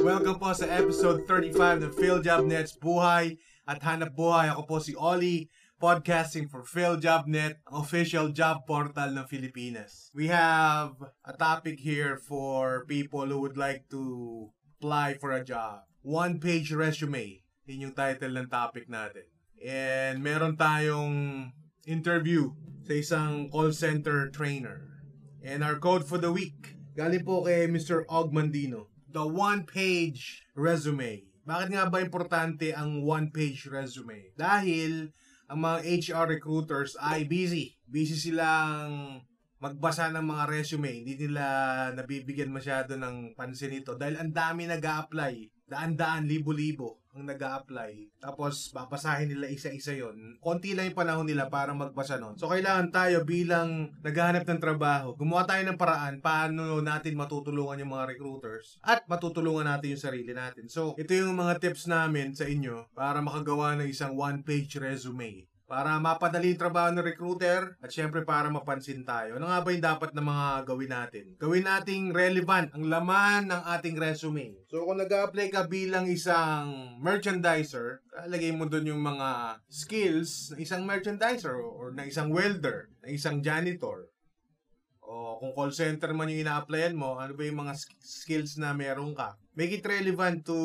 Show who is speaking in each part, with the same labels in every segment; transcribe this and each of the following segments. Speaker 1: Welcome po sa episode 35 ng PhilJobNet's Buhay at Hanap Buhay. Ako po si Ollie, podcasting for PhilJobNet, ang official job portal ng Pilipinas. We have a topic here for people who would like to apply for a job. One-page resume. Yun yung title ng topic natin. And meron tayong interview sa isang call center trainer. And our code for the week, galing po kay Mr. Og Mandino. The one-page resume. Bakit nga ba importante ang one-page resume? Dahil ang mga HR recruiters ay busy. Busy silang magbasa ng mga resume. Hindi nila nabibigyan masyado ng pansin ito dahil ang dami nag apply Daan-daan, libo-libo ang nag apply Tapos, babasahin nila isa-isa yon. Konti lang yung panahon nila para magbasa nun. So, kailangan tayo bilang naghahanap ng trabaho, gumawa tayo ng paraan paano natin matutulungan yung mga recruiters at matutulungan natin yung sarili natin. So, ito yung mga tips namin sa inyo para makagawa ng isang one-page resume para mapadali yung trabaho ng recruiter at syempre para mapansin tayo. Ano nga ba yung dapat na mga gawin natin? Gawin nating relevant ang laman ng ating resume. So kung nag apply ka bilang isang merchandiser, lagay mo doon yung mga skills ng isang merchandiser or na isang welder, na isang janitor. O Oh, kung call center man yung ina-applyan mo, ano ba yung mga sk- skills na meron ka? Make it relevant to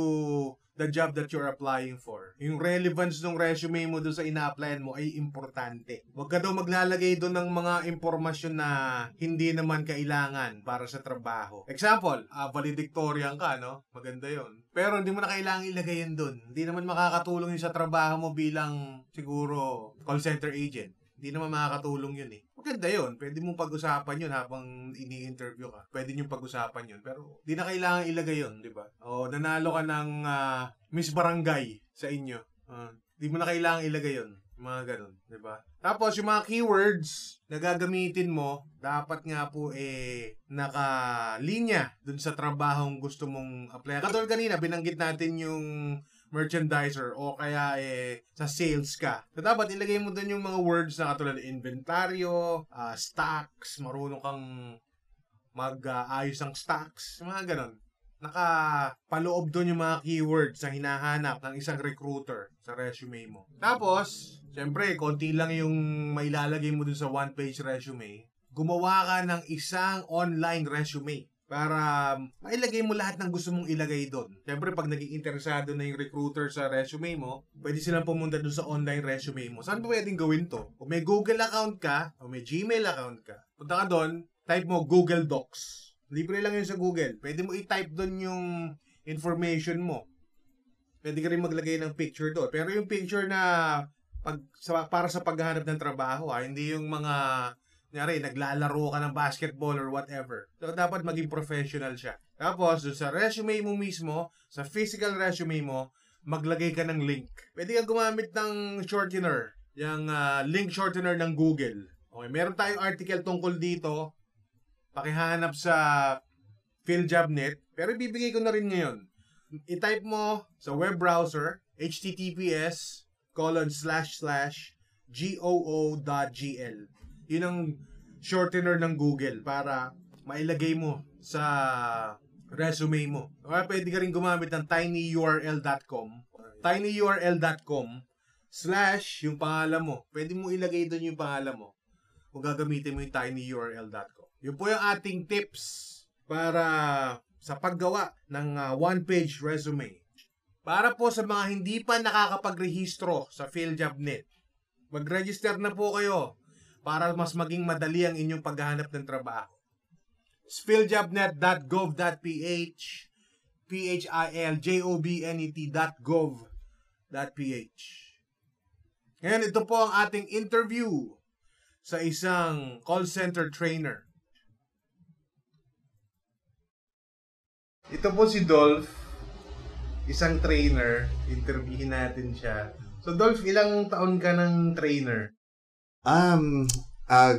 Speaker 1: the job that you're applying for. Yung relevance ng resume mo doon sa ina-applyan mo ay importante. Huwag ka daw maglalagay doon ng mga impormasyon na hindi naman kailangan para sa trabaho. Example, ah, valedictorian ka, no? Maganda yon. Pero hindi mo na kailangan ilagay yan doon. Hindi naman makakatulong yun sa trabaho mo bilang siguro call center agent. Hindi naman makakatulong yun eh. Maganda yun. Pwede mong pag-usapan yun habang ini-interview ka. Pwede nyo pag-usapan yun. Pero di na kailangan ilagay yun, di ba? O nanalo ka ng ah, Miss Barangay sa inyo. Ah, di mo na kailangan ilagay yun. Yung Mga ganun, di ba? Tapos yung mga keywords na gagamitin mo, dapat nga po eh nakalinya dun sa trabahong gusto mong apply. Katulad kanina, binanggit natin yung merchandiser o kaya eh sa sales ka. So dapat ilagay mo doon yung mga words na katulad ng inventaryo, ah, stocks, marunong kang mag-ayos ng stocks, mga ganon. Nakapaloob doon yung mga keywords na hinahanap ng isang recruiter sa resume mo. Tapos, syempre, konti lang yung mailalagay mo doon sa one-page resume. Gumawa ka ng isang online resume para mailagay mo lahat ng gusto mong ilagay doon. Siyempre, pag naging interesado na yung recruiter sa resume mo, pwede silang pumunta doon sa online resume mo. Saan ba pwedeng gawin to? Kung may Google account ka, o may Gmail account ka, punta ka doon, type mo Google Docs. Libre lang yun sa Google. Pwede mo i-type doon yung information mo. Pwede ka rin maglagay ng picture doon. Pero yung picture na pag, sa, para sa paghahanap ng trabaho, ha, hindi yung mga Kunyari, naglalaro ka ng basketball or whatever. So, dapat maging professional siya. Tapos, dun sa resume mo mismo, sa physical resume mo, maglagay ka ng link. Pwede kang gumamit ng shortener. Yung ah, link shortener ng Google. Okay, meron tayong article tungkol dito. Pakihanap sa PhilJobNet. Pero ibibigay ko na rin ngayon. I-type mo sa web browser, https colon slash slash goo.gl yun ang shortener ng Google para mailagay mo sa resume mo. O kaya pwede ka rin gumamit ng tinyurl.com tinyurl.com slash yung pangalan mo. Pwede mo ilagay doon yung pangalan mo kung gagamitin mo yung tinyurl.com. Yun po yung ating tips para sa paggawa ng ah, one-page resume. Para po sa mga hindi pa nakakapagrehistro sa PhilJobNet, mag-register na po kayo para mas maging madali ang inyong paghahanap ng trabaho. It's philjobnet.gov.ph E p-h-i-l-j-o-b-n-e-t.gov.ph Ngayon, ito po ang ating interview sa isang call center trainer. Ito po si Dolph, isang trainer. Interviewin natin siya. So, Dolph, ilang taon ka ng trainer?
Speaker 2: Um, uh,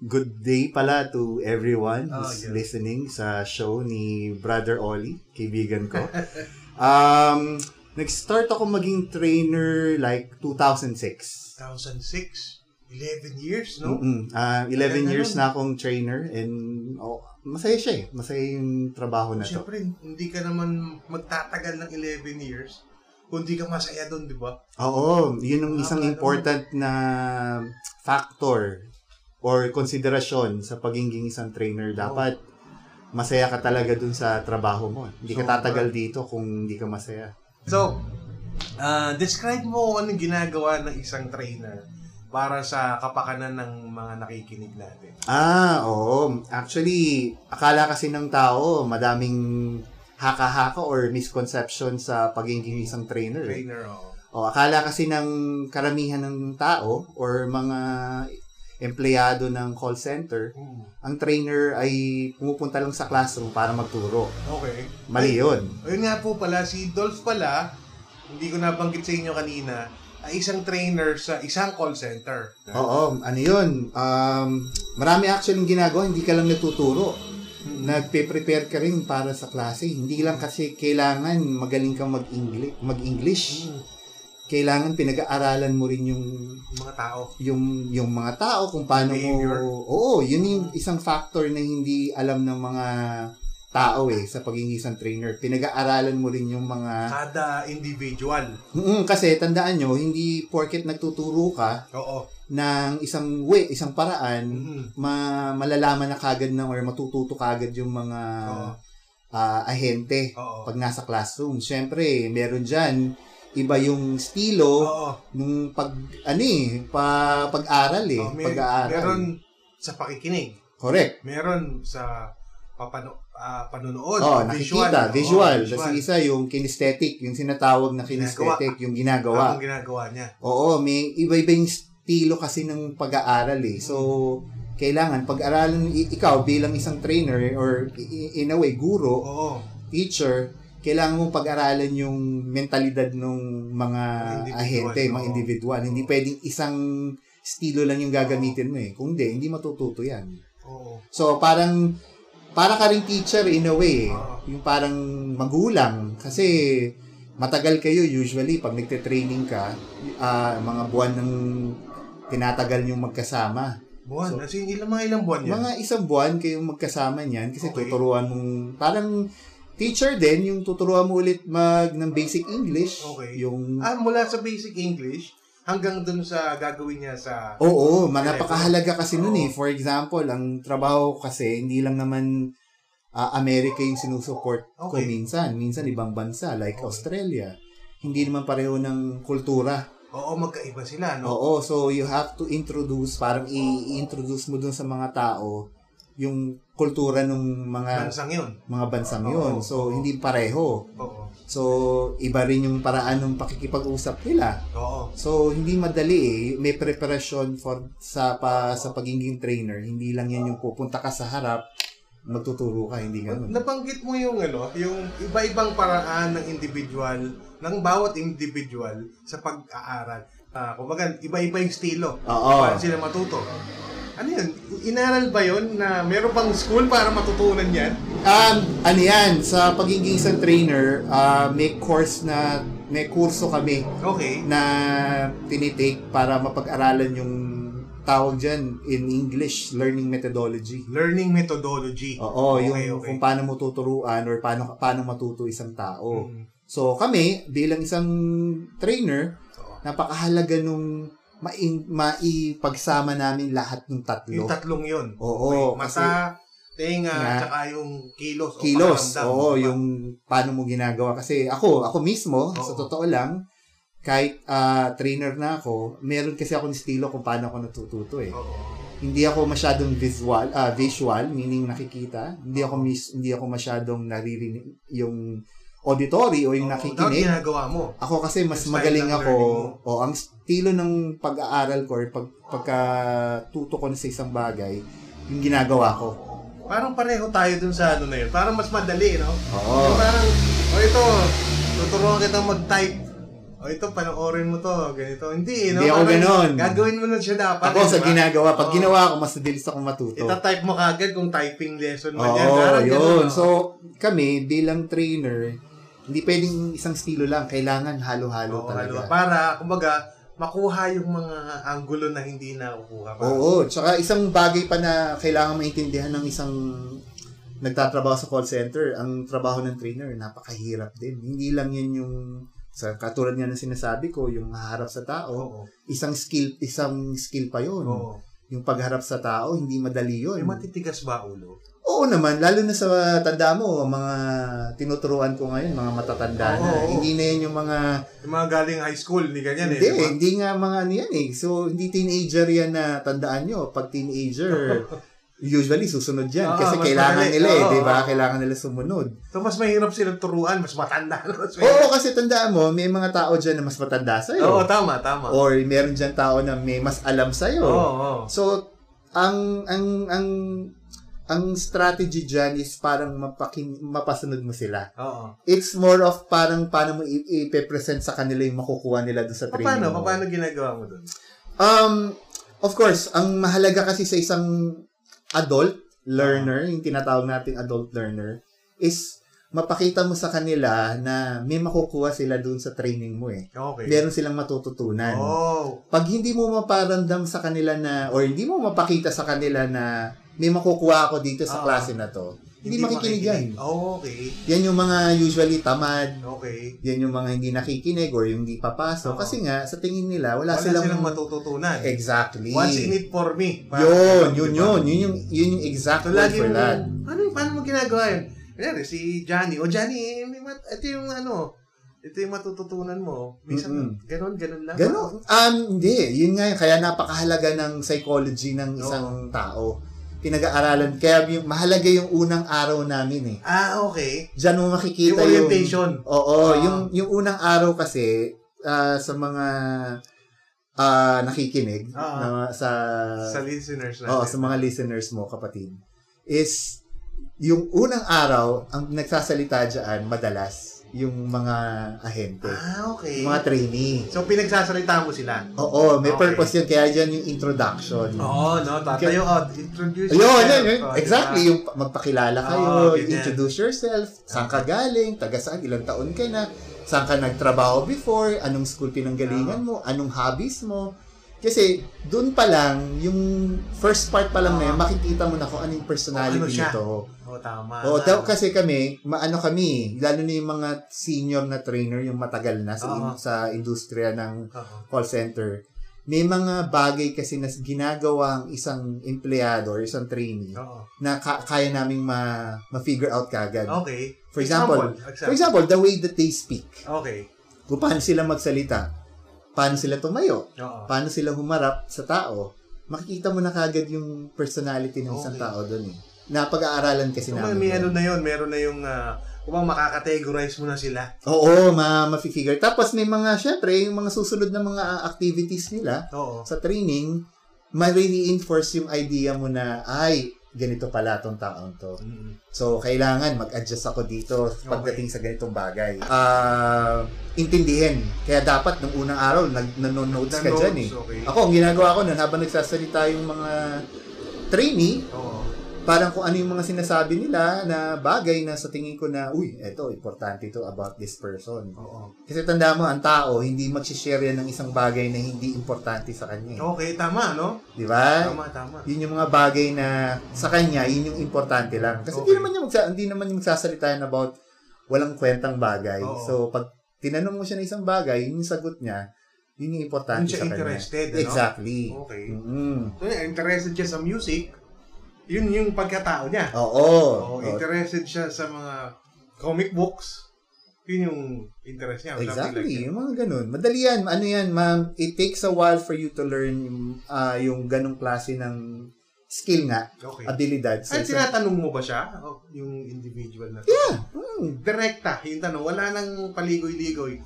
Speaker 2: good day pala to everyone
Speaker 1: Oh,
Speaker 2: who's
Speaker 1: yeah.
Speaker 2: listening sa show ni Brother Ollie, kaibigan ko. um, nag-start ako maging trainer like 2006.
Speaker 1: 2006. 11 years, no?
Speaker 2: Mm-mm. Ah, 11
Speaker 1: Ganda
Speaker 2: years
Speaker 1: nun.
Speaker 2: na akong trainer and oh, masaya siya eh. Masaya yung trabaho na to.
Speaker 1: Siyempre, hindi ka naman magtatagal ng 11 years kung di ka masaya doon, di ba?
Speaker 2: Oo, yun ang isang
Speaker 1: Ah, ano.
Speaker 2: important na factor or konsiderasyon sa pagiging isang trainer. Dapat masaya ka talaga dun sa trabaho mo. Hindi ka
Speaker 1: Sobra.
Speaker 2: tatagal dito kung hindi ka masaya.
Speaker 1: So, ah, describe mo kung anong ginagawa ng isang trainer para sa kapakanan ng mga nakikinig natin.
Speaker 2: Ah, oo. Actually, akala kasi ng tao madaming haka-haka or misconception sa pagiging isang trainer. eh.
Speaker 1: Trainer, oh.
Speaker 2: O, akala kasi ng karamihan ng tao or mga empleyado ng call center,
Speaker 1: Mm.
Speaker 2: ang trainer ay pumupunta lang sa classroom para magturo.
Speaker 1: Okay.
Speaker 2: Mali yun.
Speaker 1: Ayun nga po pala, si Dolph pala, hindi ko nabanggit sa inyo kanina, ay isang trainer sa isang call center.
Speaker 2: Oo, ano yun? Um, marami actually yung ginagawa, hindi ka lang natuturo.
Speaker 1: Mm.
Speaker 2: Nagpe-prepare ka rin para sa klase. Hindi lang kasi kailangan magaling kang mag-English. mag-English.
Speaker 1: Mm.
Speaker 2: Kailangan pinag-aaralan mo rin yung
Speaker 1: Mga tao.
Speaker 2: yung yung mga tao kung paano
Speaker 1: Behavior.
Speaker 2: mo oo yun yung isang factor na hindi alam ng mga tao eh sa pagiging isang trainer pinag-aaralan mo rin yung mga
Speaker 1: Kada individual.
Speaker 2: Mm, kasi tandaan nyo hindi porket nagtuturo ka
Speaker 1: Oo.
Speaker 2: ng isang way isang paraan
Speaker 1: Mm.
Speaker 2: ma- malalaman na kagad ng or matututo kagad yung mga
Speaker 1: Oo.
Speaker 2: ah, ahente
Speaker 1: Oo.
Speaker 2: pag nasa classroom syempre meron diyan iba yung estilo
Speaker 1: Oo.
Speaker 2: nung pag ano eh pa, pag-aral eh
Speaker 1: Oh, may-
Speaker 2: pag-aaral
Speaker 1: Meron sa pakikinig.
Speaker 2: Correct.
Speaker 1: Meron sa papano, ah, panunood.
Speaker 2: Oo,
Speaker 1: visual.
Speaker 2: nakikita,
Speaker 1: Oo,
Speaker 2: visual. Tapos yung isa, yung kinesthetic, yung sinatawag na kinesthetic, yung ginagawa.
Speaker 1: Ang ginagawa niya.
Speaker 2: Oo, may iba-iba yung estilo kasi ng pag-aaral eh. So, kailangan pag-aralan i- ikaw bilang isang trainer or i- i- in a way, guro,
Speaker 1: Oo.
Speaker 2: teacher, kailangan mong pag-aralan yung mentalidad ng mga
Speaker 1: Individual,
Speaker 2: ahente, mga
Speaker 1: oo.
Speaker 2: individual. Hindi pwedeng isang estilo lang yung gagamitin mo eh. Kung hindi, hindi matututo yan.
Speaker 1: Oo.
Speaker 2: So, parang, para ka rin teacher in a way. eh.
Speaker 1: Oo.
Speaker 2: Yung parang magulang. Kasi, matagal kayo usually pag nagte-training ka, ah, mga buwan ng tinatagal yung magkasama.
Speaker 1: Buwan.
Speaker 2: So-
Speaker 1: So, ilang mga ilang buwan yan?
Speaker 2: Mga isang buwan kayong magkasama niyan kasi
Speaker 1: Okay.
Speaker 2: tuturuan mong, parang teacher din, yung tuturuan mo ulit mag ng basic English.
Speaker 1: Okay.
Speaker 2: Yung,
Speaker 1: Ah, mula sa basic English hanggang dun sa gagawin niya sa...
Speaker 2: Oo, mga
Speaker 1: Correct.
Speaker 2: napakahalaga kasi nun
Speaker 1: Oo.
Speaker 2: eh. For example, ang trabaho ko kasi, hindi lang naman ah, Amerika yung sinusupport ko
Speaker 1: Okay.
Speaker 2: minsan. Minsan ibang bansa, like
Speaker 1: Okay.
Speaker 2: Australia. Hindi naman pareho ng kultura.
Speaker 1: Oo, magkaiba sila, no?
Speaker 2: Oo, so you have to introduce, parang i-introduce mo dun sa mga tao yung kultura ng mga
Speaker 1: Bansang yun.
Speaker 2: mga bansang
Speaker 1: Oo.
Speaker 2: yun. So, hindi pareho.
Speaker 1: Oo.
Speaker 2: So, iba rin yung paraan ng pakikipag-usap nila.
Speaker 1: Oo.
Speaker 2: So hindi madali eh. May preparation for sa pa, sa pagiging trainer. Hindi lang yan yung pupunta ka sa harap, magtuturo ka, hindi ganun.
Speaker 1: Nabanggit mo yung ano, yung iba-ibang paraan ng individual, ng bawat individual sa pag-aaral. Ah, kumbaga, iba-iba yung estilo.
Speaker 2: Oo.
Speaker 1: Paano sila matuto? Ano yun? Inaral ba yun na meron pang school para matutunan yan?
Speaker 2: Um, ano yan, sa pagiging isang trainer, ah, may course na, may kurso kami
Speaker 1: Okay.
Speaker 2: na tinitake para mapag-aralan yung tawag dyan in English, learning methodology.
Speaker 1: Learning methodology.
Speaker 2: Oo, yung
Speaker 1: Okay, okay.
Speaker 2: kung paano mo tuturuan or paano, paano matuto isang tao.
Speaker 1: Mm.
Speaker 2: So kami, bilang isang trainer,
Speaker 1: Oo.
Speaker 2: napakahalaga nung maing, maipagsama namin lahat ng tatlo.
Speaker 1: Yung tatlong yun.
Speaker 2: Ano? Oo,
Speaker 1: Okay.
Speaker 2: kasi-
Speaker 1: Mata, tenga,
Speaker 2: Nga.
Speaker 1: tsaka yung kilos. o
Speaker 2: Kilos.
Speaker 1: pakiramdam.
Speaker 2: Oo, yung paano mo ginagawa. Kasi ako, ako mismo,
Speaker 1: Oo.
Speaker 2: sa totoo lang, kahit ah, trainer na ako, meron kasi akong estilo kung paano ako natututo eh.
Speaker 1: Oo.
Speaker 2: Hindi ako masyadong visual, ah, visual meaning nakikita. Hindi ako mis- hindi ako masyadong naririnig yung auditory o yung
Speaker 1: Oo, dapat
Speaker 2: nakikinig.
Speaker 1: Ano ginagawa mo.
Speaker 2: Ako kasi mas
Speaker 1: Yung style
Speaker 2: magaling
Speaker 1: ng
Speaker 2: ako.
Speaker 1: learning
Speaker 2: O, ang estilo ng pag-aaral ko or pag, pagkatuto ko sa isang bagay, yung ginagawa ko.
Speaker 1: Parang pareho tayo dun sa ano na yun. Parang mas madali, no?
Speaker 2: Oo.
Speaker 1: Yung parang, o ito, tuturuan kitang mag-type. O ito, panoorin mo to, ganito. Hindi, eh, no?
Speaker 2: Hindi ako
Speaker 1: Parang
Speaker 2: ganun.
Speaker 1: Gagawin mo na siya dapat.
Speaker 2: Ako
Speaker 1: eh,
Speaker 2: sa
Speaker 1: diba?
Speaker 2: ginagawa, pag
Speaker 1: Oo.
Speaker 2: ginawa ko, mas nabilis ako matuto.
Speaker 1: Itatype mo kagad kung typing lesson mo
Speaker 2: Oo,
Speaker 1: yan. Parang ganun,
Speaker 2: yun.
Speaker 1: no?
Speaker 2: So, kami, bilang trainer, hindi pwedeng isang estilo lang. Kailangan halo-halo
Speaker 1: Oo,
Speaker 2: talaga.
Speaker 1: ano, para, ano, kumbaga, makuha yung mga angulo na hindi nakukuha pa.
Speaker 2: Oo, tsaka isang bagay pa na kailangan maintindihan ng isang nagtatrabaho sa call center, ang trabaho ng trainer, napakahirap din. Hindi lang yan yung, sa katulad nga ng sinasabi ko, yung haharap sa tao,
Speaker 1: Oo.
Speaker 2: isang skill, isang skill pa yun.
Speaker 1: Oo.
Speaker 2: Yung pagharap sa tao, hindi madali yun.
Speaker 1: May matitigas ba ulo?
Speaker 2: Oo naman, lalo na sa tanda mo, mga tinuturuan ko ngayon, mga matatanda na.
Speaker 1: Oo, oo.
Speaker 2: Hindi na yan yung mga,
Speaker 1: Yung mga galing high school, hindi ganyan eh.
Speaker 2: hindi,
Speaker 1: di ba?
Speaker 2: hindi nga mga ano yan eh. So, hindi teenager yan na tandaan nyo. Pag teenager, usually susunod yan.
Speaker 1: Oo, Ah,
Speaker 2: kasi
Speaker 1: mas
Speaker 2: kailangan
Speaker 1: madali.
Speaker 2: nila eh,
Speaker 1: Oo,
Speaker 2: di ba?
Speaker 1: oo.
Speaker 2: Kailangan nila sumunod.
Speaker 1: So, mas mahirap silang turuan, mas matanda. Mas
Speaker 2: Oo,
Speaker 1: mahirap.
Speaker 2: kasi tandaan mo, may mga tao dyan na mas matanda sa'yo.
Speaker 1: Oo, tama, tama. Oo,
Speaker 2: Or meron dyan tao na may mas alam sa'yo.
Speaker 1: oo.
Speaker 2: So, ang ang ang ang strategy dyan is parang mapakin, mapasunod mo sila.
Speaker 1: Oo.
Speaker 2: It's more of parang paano mo i- ipe-present sa kanila yung makukuha nila doon sa training
Speaker 1: Paano,
Speaker 2: mo.
Speaker 1: paano ginagawa mo dun?
Speaker 2: Um, of course, ang mahalaga kasi sa isang adult learner, yung tinatawag nating adult learner, is mapakita mo sa kanila na may makukuha sila doon sa training mo eh.
Speaker 1: Okay.
Speaker 2: Meron silang matututunan
Speaker 1: Oh.
Speaker 2: pag hindi mo maparandam sa kanila na or hindi mo mapakita sa kanila na may makukuha ako dito sa
Speaker 1: Oo.
Speaker 2: klase na to, hindi, makikinig yan.
Speaker 1: makikinig. Oh, okay.
Speaker 2: Yan yung mga usually tamad,
Speaker 1: Okay.
Speaker 2: yan yung mga hindi nakikinig or yung hindi
Speaker 1: Oo.
Speaker 2: papasok. Kasi nga, sa tingin nila, wala,
Speaker 1: Wala
Speaker 2: silang...
Speaker 1: silang, matututunan.
Speaker 2: Exactly.
Speaker 1: What's in it for me?
Speaker 2: Yun,
Speaker 1: Parang-
Speaker 2: yun, yun. Yun yung, yun yung
Speaker 1: So,
Speaker 2: exact word
Speaker 1: lagi
Speaker 2: for
Speaker 1: mo,
Speaker 2: that.
Speaker 1: ano, paano mo ginagawa yun? Kanyari, si Johnny, o Johnny, eh, may mat- ito yung ano, ito yung matututunan mo. Minsan,
Speaker 2: Mm-mm.
Speaker 1: ganun, ganun lang.
Speaker 2: Ganon. Um, hindi. Yun nga yun. Kaya napakahalaga ng psychology ng isang tao. Pinag-aaralan. Kaya yung, mahalaga yung unang araw namin eh.
Speaker 1: Ah, okay.
Speaker 2: Diyan mo
Speaker 1: Yung
Speaker 2: makikita yung...
Speaker 1: orientation.
Speaker 2: Oo,
Speaker 1: Ah.
Speaker 2: yung yung unang araw kasi ah, sa mga ah, nakikinig
Speaker 1: Ah.
Speaker 2: na- sa
Speaker 1: sa listeners natin.
Speaker 2: oh, sa mga listeners mo kapatid is yung unang araw ang nagsasalita diyan madalas yung mga ahente,
Speaker 1: ah, okay.
Speaker 2: yung mga trainee.
Speaker 1: So, pinagsasalita mo sila.
Speaker 2: Oo, may
Speaker 1: Okay.
Speaker 2: purpose yun kaya diyan yung introduction.
Speaker 1: Oo, no? Tatayo, oh, introduce
Speaker 2: Ayun,
Speaker 1: yourself.
Speaker 2: yun, yun.
Speaker 1: Oh,
Speaker 2: Exactly,
Speaker 1: diba?
Speaker 2: yung pa- magpakilala kayo,
Speaker 1: Oo, ganyan.
Speaker 2: introduce yourself, saan ka galing, taga saan, ilang taon ka na, saan ka nagtrabaho before, anong school
Speaker 1: Oh.
Speaker 2: pinanggalingan mo, anong hobbies mo. Kasi doon pa lang, yung first part pa lang na yun, makikita mo na kung anong personality
Speaker 1: Oh, ano siya?
Speaker 2: nito.
Speaker 1: Oh, tama.
Speaker 2: Oo, daw kasi kami, maano kami, lalo na yung mga senior na trainer, yung matagal na sa,
Speaker 1: Oo.
Speaker 2: sa industriya ng
Speaker 1: Oo.
Speaker 2: call center, may mga bagay kasi na ginagawa ang isang empleyado or isang trainee
Speaker 1: Oo.
Speaker 2: na ka- kaya naming ma- ma-figure out kagad.
Speaker 1: Okay.
Speaker 2: For example, for
Speaker 1: example.
Speaker 2: example, the way that they speak.
Speaker 1: Okay.
Speaker 2: Kung paano sila magsalita, paano sila tumayo,
Speaker 1: Oo.
Speaker 2: paano sila humarap sa tao, makikita mo na kagad yung personality ng isang
Speaker 1: Okay.
Speaker 2: tao doon eh. Napag-aaralan kasi
Speaker 1: So, may,
Speaker 2: namin.
Speaker 1: may
Speaker 2: yun.
Speaker 1: ano na yun, meron na yung, uh, kumang makakategorize mo na sila.
Speaker 2: Oo, ma- ma-figure. Tapos may mga, syempre, yung mga susunod na mga activities nila,
Speaker 1: Oo.
Speaker 2: sa training, ma-reinforce yung idea mo na, ay, ganito pala tong taong to.
Speaker 1: Mm-mm.
Speaker 2: So, kailangan mag-adjust ako dito pagdating sa ganitong bagay. Ah, intindihin. Kaya dapat nung unang araw, nag nanonotes ka
Speaker 1: Nanonotes, oh.
Speaker 2: dyan eh.
Speaker 1: okay.
Speaker 2: Ako, ang ginagawa ko nun, habang nagsasalita yung mga trainee,
Speaker 1: Oo.
Speaker 2: parang kung ano yung mga sinasabi nila na bagay na sa tingin ko na, uy, eto, importante to about this person.
Speaker 1: Oo.
Speaker 2: Kasi tanda mo, ang tao, hindi mag-share yan ng isang bagay na hindi importante sa kanya. eh.
Speaker 1: Okay, tama, no?
Speaker 2: Di ba?
Speaker 1: Tama, tama.
Speaker 2: Yun yung mga bagay na sa kanya, yun yung importante lang. Kasi hindi
Speaker 1: Okay.
Speaker 2: naman niya magsa, hindi naman niya magsasalita yan about walang kwentang bagay.
Speaker 1: Oo.
Speaker 2: So, pag tinanong mo siya ng isang bagay, yun yung sagot niya, yun yung importante
Speaker 1: Hindi siya
Speaker 2: sa kanya.
Speaker 1: interested, ano?
Speaker 2: Exactly.
Speaker 1: Okay.
Speaker 2: Mm.
Speaker 1: So, yun, interested siya sa music, yun yung pagkatao niya.
Speaker 2: Oo.
Speaker 1: Oo,
Speaker 2: Oo.
Speaker 1: interested siya sa mga comic books, yun yung interest niya.
Speaker 2: Exactly. Yung mga ganun. Madali yan. Ano yan, ma'am? It takes a while for you to learn ah, yung ganong klase ng skill nga,
Speaker 1: Okay.
Speaker 2: abilidad. sa
Speaker 1: Ay,
Speaker 2: isang-
Speaker 1: tinatanong mo ba siya? O, yung individual na to? Hmm,
Speaker 2: Yeah. Mm.
Speaker 1: Direkta, yung tanong. Wala nang paligoy-ligoy.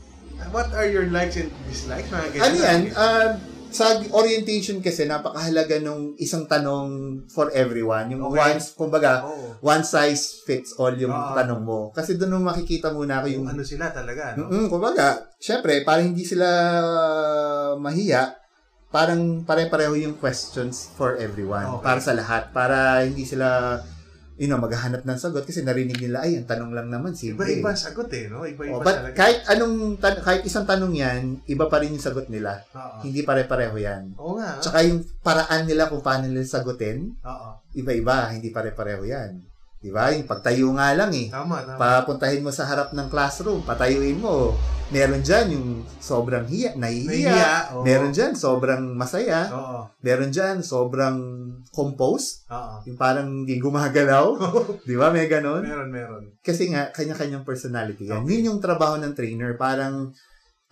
Speaker 1: What are your likes and dislikes? Mga ganyan.
Speaker 2: Ano yan? ah, sa orientation kasi, napakahalaga nung isang tanong for everyone. Yung
Speaker 1: Okay.
Speaker 2: once, kumbaga,
Speaker 1: Oo.
Speaker 2: one size fits all yung
Speaker 1: Oo.
Speaker 2: tanong mo. Kasi doon mo makikita muna ako yung...
Speaker 1: Yung ano sila talaga, no?
Speaker 2: Mm, kumbaga, syempre, para hindi sila ah, mahiya, parang pare-pareho yung questions for everyone.
Speaker 1: Okay.
Speaker 2: Para sa lahat. Para hindi sila you know, maghahanap ng sagot kasi narinig nila, ay, ang tanong lang naman, simple.
Speaker 1: Iba-iba ang sagot eh, no? Iba-iba
Speaker 2: Oh,
Speaker 1: talaga.
Speaker 2: but kahit anong tan- kahit isang tanong 'yan, iba pa rin yung sagot nila.
Speaker 1: Oo.
Speaker 2: Hindi pare-pareho 'yan.
Speaker 1: Oo nga. ah.
Speaker 2: Tsaka yung paraan nila kung paano nila sagutin,
Speaker 1: Oo.
Speaker 2: iba-iba, hindi pare-pareho 'yan. 'Di ba? Yung pagtayo nga lang eh.
Speaker 1: Tama, tama.
Speaker 2: Papuntahin mo sa harap ng classroom, patayuin mo. Meron diyan yung sobrang hiya, nahihiya.
Speaker 1: oo.
Speaker 2: Meron diyan sobrang masaya.
Speaker 1: Oo.
Speaker 2: Meron diyan sobrang composed,
Speaker 1: Oo.
Speaker 2: yung parang hindi gumagalaw. 'Di ba? May ganun.
Speaker 1: meron, meron.
Speaker 2: Kasi nga, kanya-kanyang personality yan.
Speaker 1: Okay.
Speaker 2: Yun yung trabaho ng trainer. Parang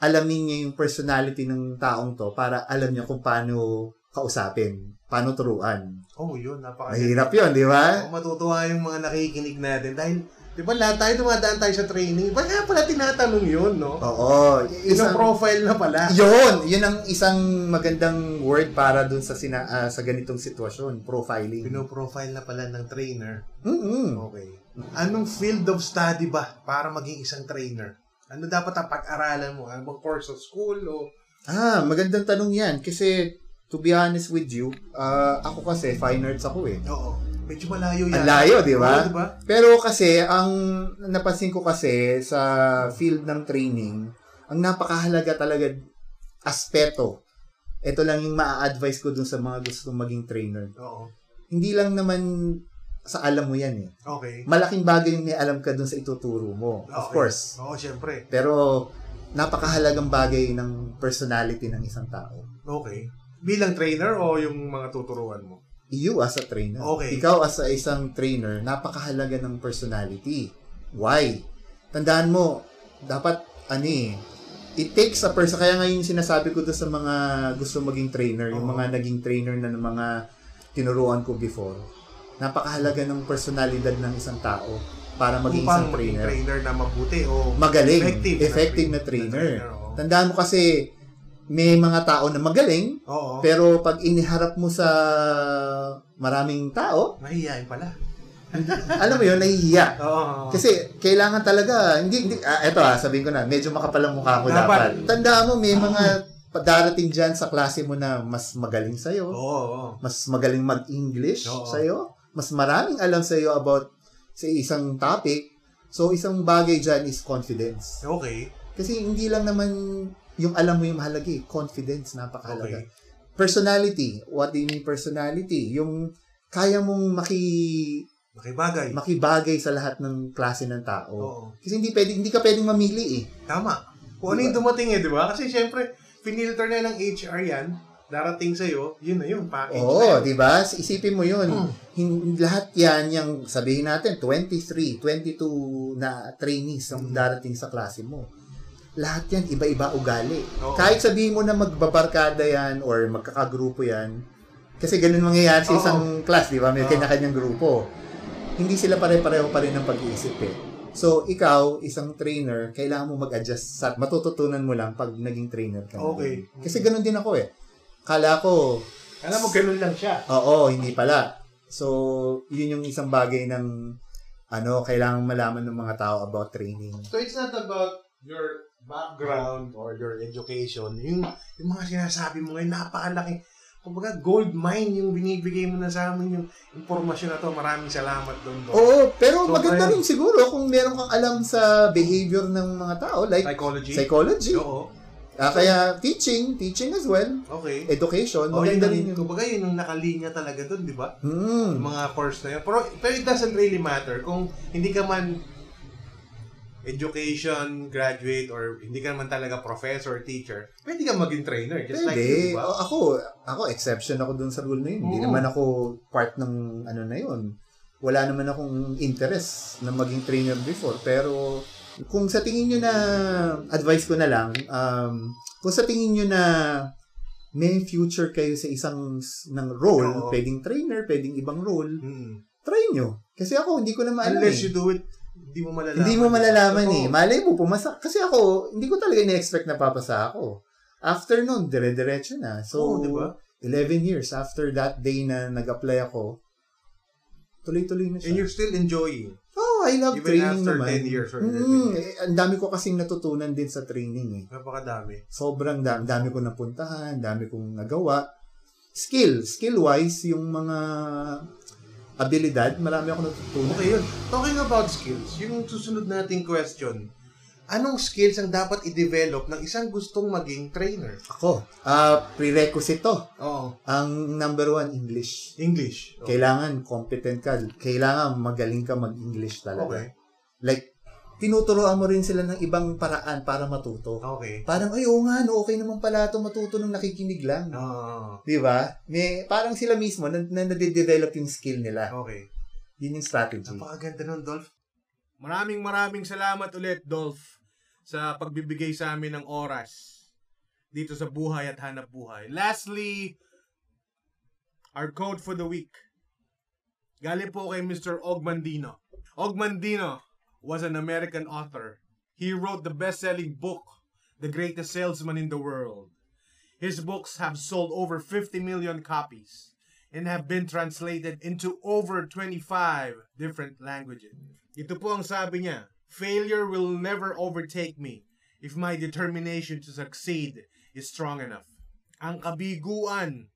Speaker 2: alamin niya yung personality ng taong to para alam niya kung paano kausapin, paano turuan.
Speaker 1: Oh, yun. Napakaganda.
Speaker 2: Mahirap yun, di ba?
Speaker 1: Oo, matutuwa yung mga nakikinig natin. Dahil, di ba lahat tayo dumadaan tayo sa training? Ba't kaya pala tinatanong yun, no?
Speaker 2: Oo.
Speaker 1: Yun ang profile na pala.
Speaker 2: yun, yun ang isang magandang word para dun sa sina, ah, sa ganitong sitwasyon, profiling.
Speaker 1: Pinoprofile na pala ng trainer.
Speaker 2: Mm-mm.
Speaker 1: Okay. Anong field of study ba para maging isang trainer? Ano dapat ang pag-aralan mo? Ano bang course of school o
Speaker 2: Ah, magandang tanong yan. Kasi, to be honest with you, ah, ako kasi, fine arts ako eh.
Speaker 1: Oo. Medyo malayo yan.
Speaker 2: Ang layo, di ba?
Speaker 1: Oo, di ba?
Speaker 2: Pero kasi, ang napansin ko kasi sa field ng training, ang napakahalaga talaga aspeto. Ito lang yung maa-advise ko dun sa mga gustong maging trainer.
Speaker 1: Oo.
Speaker 2: Hindi lang naman sa alam mo yan eh.
Speaker 1: Okay.
Speaker 2: Malaking bagay yung may alam ka dun sa ituturo mo. Of
Speaker 1: Okay.
Speaker 2: course.
Speaker 1: Oo, syempre.
Speaker 2: Pero napakahalagang bagay ng personality ng isang tao.
Speaker 1: Okay. Bilang trainer o yung mga tuturuan mo?
Speaker 2: You as a trainer.
Speaker 1: Okay.
Speaker 2: Ikaw as a isang trainer, napakahalaga ng personality. Why? Tandaan mo, dapat ano eh, it takes a person. Kaya ngayon sinasabi ko to sa mga gusto maging trainer, yung
Speaker 1: Oo.
Speaker 2: mga naging trainer na ng mga tinuruan ko before. Napakahalaga ng personalidad ng isang tao para maging
Speaker 1: Upang
Speaker 2: isang trainer.
Speaker 1: trainer na mabuti o
Speaker 2: Magaling,
Speaker 1: effective,
Speaker 2: effective, na, trainer.
Speaker 1: oo.
Speaker 2: Tandaan mo kasi, may mga tao na magaling,
Speaker 1: Oo.
Speaker 2: pero pag iniharap mo sa maraming tao,
Speaker 1: Mahihayin pala.
Speaker 2: alam mo yun, nahihiya.
Speaker 1: Oo.
Speaker 2: Kasi kailangan talaga, hindi, hindi ah, eto ah, sabihin ko na, medyo makapalang mukha ko
Speaker 1: Dapat.
Speaker 2: dapat. Tandaan mo, may mga darating dyan sa klase mo na mas magaling
Speaker 1: Oo.
Speaker 2: sa'yo,
Speaker 1: oo.
Speaker 2: mas magaling mag-English
Speaker 1: Oo.
Speaker 2: sa'yo, mas maraming alam sa'yo about sa isang topic. So, isang bagay dyan is confidence.
Speaker 1: Okay.
Speaker 2: Kasi hindi lang naman yung alam mo yung mahalaga eh. Confidence, napakahalaga.
Speaker 1: Okay.
Speaker 2: personality. What do you mean personality? Yung kaya mong maki,
Speaker 1: Makibagay.
Speaker 2: makibagay sa lahat ng klase ng tao.
Speaker 1: Oo.
Speaker 2: Kasi hindi, pwede, hindi ka pwedeng mamili eh.
Speaker 1: Tama. Kung ano yung
Speaker 2: Diba?
Speaker 1: dumating eh, di ba? Kasi syempre, finilter na ng HR yan, darating sa'yo, yun na yun, package na
Speaker 2: Oo,
Speaker 1: yun.
Speaker 2: di ba? Isipin mo yun.
Speaker 1: Mm.
Speaker 2: Hin- lahat yan, yung sabihin natin, 23, 22 na trainees ang
Speaker 1: Mm.
Speaker 2: darating sa klase mo. Lahat yan, iba-iba ugali.
Speaker 1: Oo.
Speaker 2: Kahit sabihin mo na magbabarkada yan or magkakagrupo yan, kasi ganun mangyayari sa
Speaker 1: Oo.
Speaker 2: isang class, di ba? May
Speaker 1: Oo.
Speaker 2: kanya-kanyang grupo. Hindi sila pare-pareho pa rin ng pag-iisip eh. So, ikaw, isang trainer, kailangan mo mag-adjust sa matututunan mo lang pag naging trainer ka. na
Speaker 1: Okay.
Speaker 2: din. Kasi ganun din ako eh. Kala ko,
Speaker 1: Alam mo, ganun lang siya.
Speaker 2: oo, hindi pala. So, yun yung isang bagay ng ano, kailangan malaman ng mga tao about training.
Speaker 1: So it's not about your background or your education. Yung, yung mga sinasabi mo ngayon, napakalaki. Kumbaga, gold mine yung binibigay mo na sa amin yung impormasyon na to. Maraming salamat doon. Doc.
Speaker 2: Oo, pero
Speaker 1: So,
Speaker 2: maganda
Speaker 1: ayun.
Speaker 2: rin siguro kung meron kang alam sa behavior ng mga tao like
Speaker 1: Psychology?
Speaker 2: psychology.
Speaker 1: Oo.
Speaker 2: Ah, kaya teaching, teaching as well,
Speaker 1: Okay.
Speaker 2: education,
Speaker 1: Oh, yun
Speaker 2: Eh, maganda
Speaker 1: ang,
Speaker 2: rin yun.
Speaker 1: kumbaga, yun ang nakalinya talaga doon, di ba?
Speaker 2: Hmm.
Speaker 1: Yung mga course na yun. Pero, pero it doesn't really matter kung hindi ka man education, graduate, or hindi ka man talaga professor, teacher, pwede ka maging trainer. Just like you,
Speaker 2: Pwede.
Speaker 1: di ba?
Speaker 2: O, ako, ako exception ako dun sa rule na yun. Hindi
Speaker 1: Oo.
Speaker 2: naman ako part ng ano na yun. Wala naman akong interest na maging trainer before. Pero kung sa tingin nyo na, advice ko na lang, um, kung sa tingin nyo na may future kayo sa isang s- ng role,
Speaker 1: Oo.
Speaker 2: pwedeng trainer, pwedeng ibang role,
Speaker 1: Mm.
Speaker 2: try nyo. Kasi ako, hindi ko na maalam
Speaker 1: Unless
Speaker 2: eh.
Speaker 1: you do it, hindi mo malalaman.
Speaker 2: Hindi mo malalaman
Speaker 1: Totoo.
Speaker 2: eh. Malay mo, pumasa. Kasi ako, hindi ko talaga ina-expect na papasa ako. After nun, dire-diretso na. So,
Speaker 1: Oo, diba? di ba?
Speaker 2: 11 years after that day na nag-apply ako, tuloy-tuloy na
Speaker 1: And
Speaker 2: siya.
Speaker 1: you're still enjoying.
Speaker 2: Oh, I love
Speaker 1: Even
Speaker 2: training
Speaker 1: after
Speaker 2: naman.
Speaker 1: 10 years or 11
Speaker 2: Mm, eh, ang dami ko kasing natutunan din sa training eh.
Speaker 1: Napakadami.
Speaker 2: Sobrang dami. Dami ko napuntahan, dami kong nagawa. Skill, skill-wise, yung mga abilidad, marami ako natutunan.
Speaker 1: Okay yun. Talking about skills, yung susunod nating question, anong skills ang dapat i-develop ng isang gustong maging trainer?
Speaker 2: Ako, ah prerequisite to.
Speaker 1: Oo.
Speaker 2: Ang number one, English.
Speaker 1: English. Okay.
Speaker 2: Kailangan competent ka. Kailangan magaling ka mag-English talaga.
Speaker 1: Okay.
Speaker 2: Like, tinuturoan mo rin sila ng ibang paraan para matuto.
Speaker 1: Okay.
Speaker 2: Parang, ay, oo nga, no, okay naman pala ito matuto ng nakikinig lang.
Speaker 1: Ah,
Speaker 2: Di ba? May, parang sila mismo na, na nade-develop yung skill nila.
Speaker 1: okay.
Speaker 2: Yun yung strategy.
Speaker 1: Napakaganda nun, Dolph. Maraming maraming salamat ulit, Dolph, sa pagbibigay sa amin ng oras dito sa Buhay at Hanap Buhay. Lastly, our code for the week. Galing po kay Mr. Ogmandino. Ogmandino was an American author. He wrote the best-selling book, The Greatest Salesman in the World. His books have sold over 50 million copies and have been translated into over 25 different languages. Ito po ang sabi niya, Failure will never overtake me if my determination to succeed is strong enough. Ang kabiguan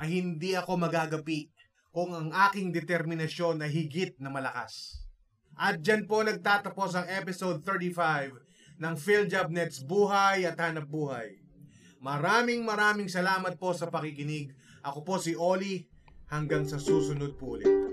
Speaker 1: ay hindi ako magagapi kung ang aking determinasyon ay higit na malakas. At dyan po nagtatapos ang episode 35 ng PhilJobNet's Buhay at Hanap Buhay. Maraming maraming salamat po sa pakikinig. Ako po si Oli. Hanggang sa susunod po ulit.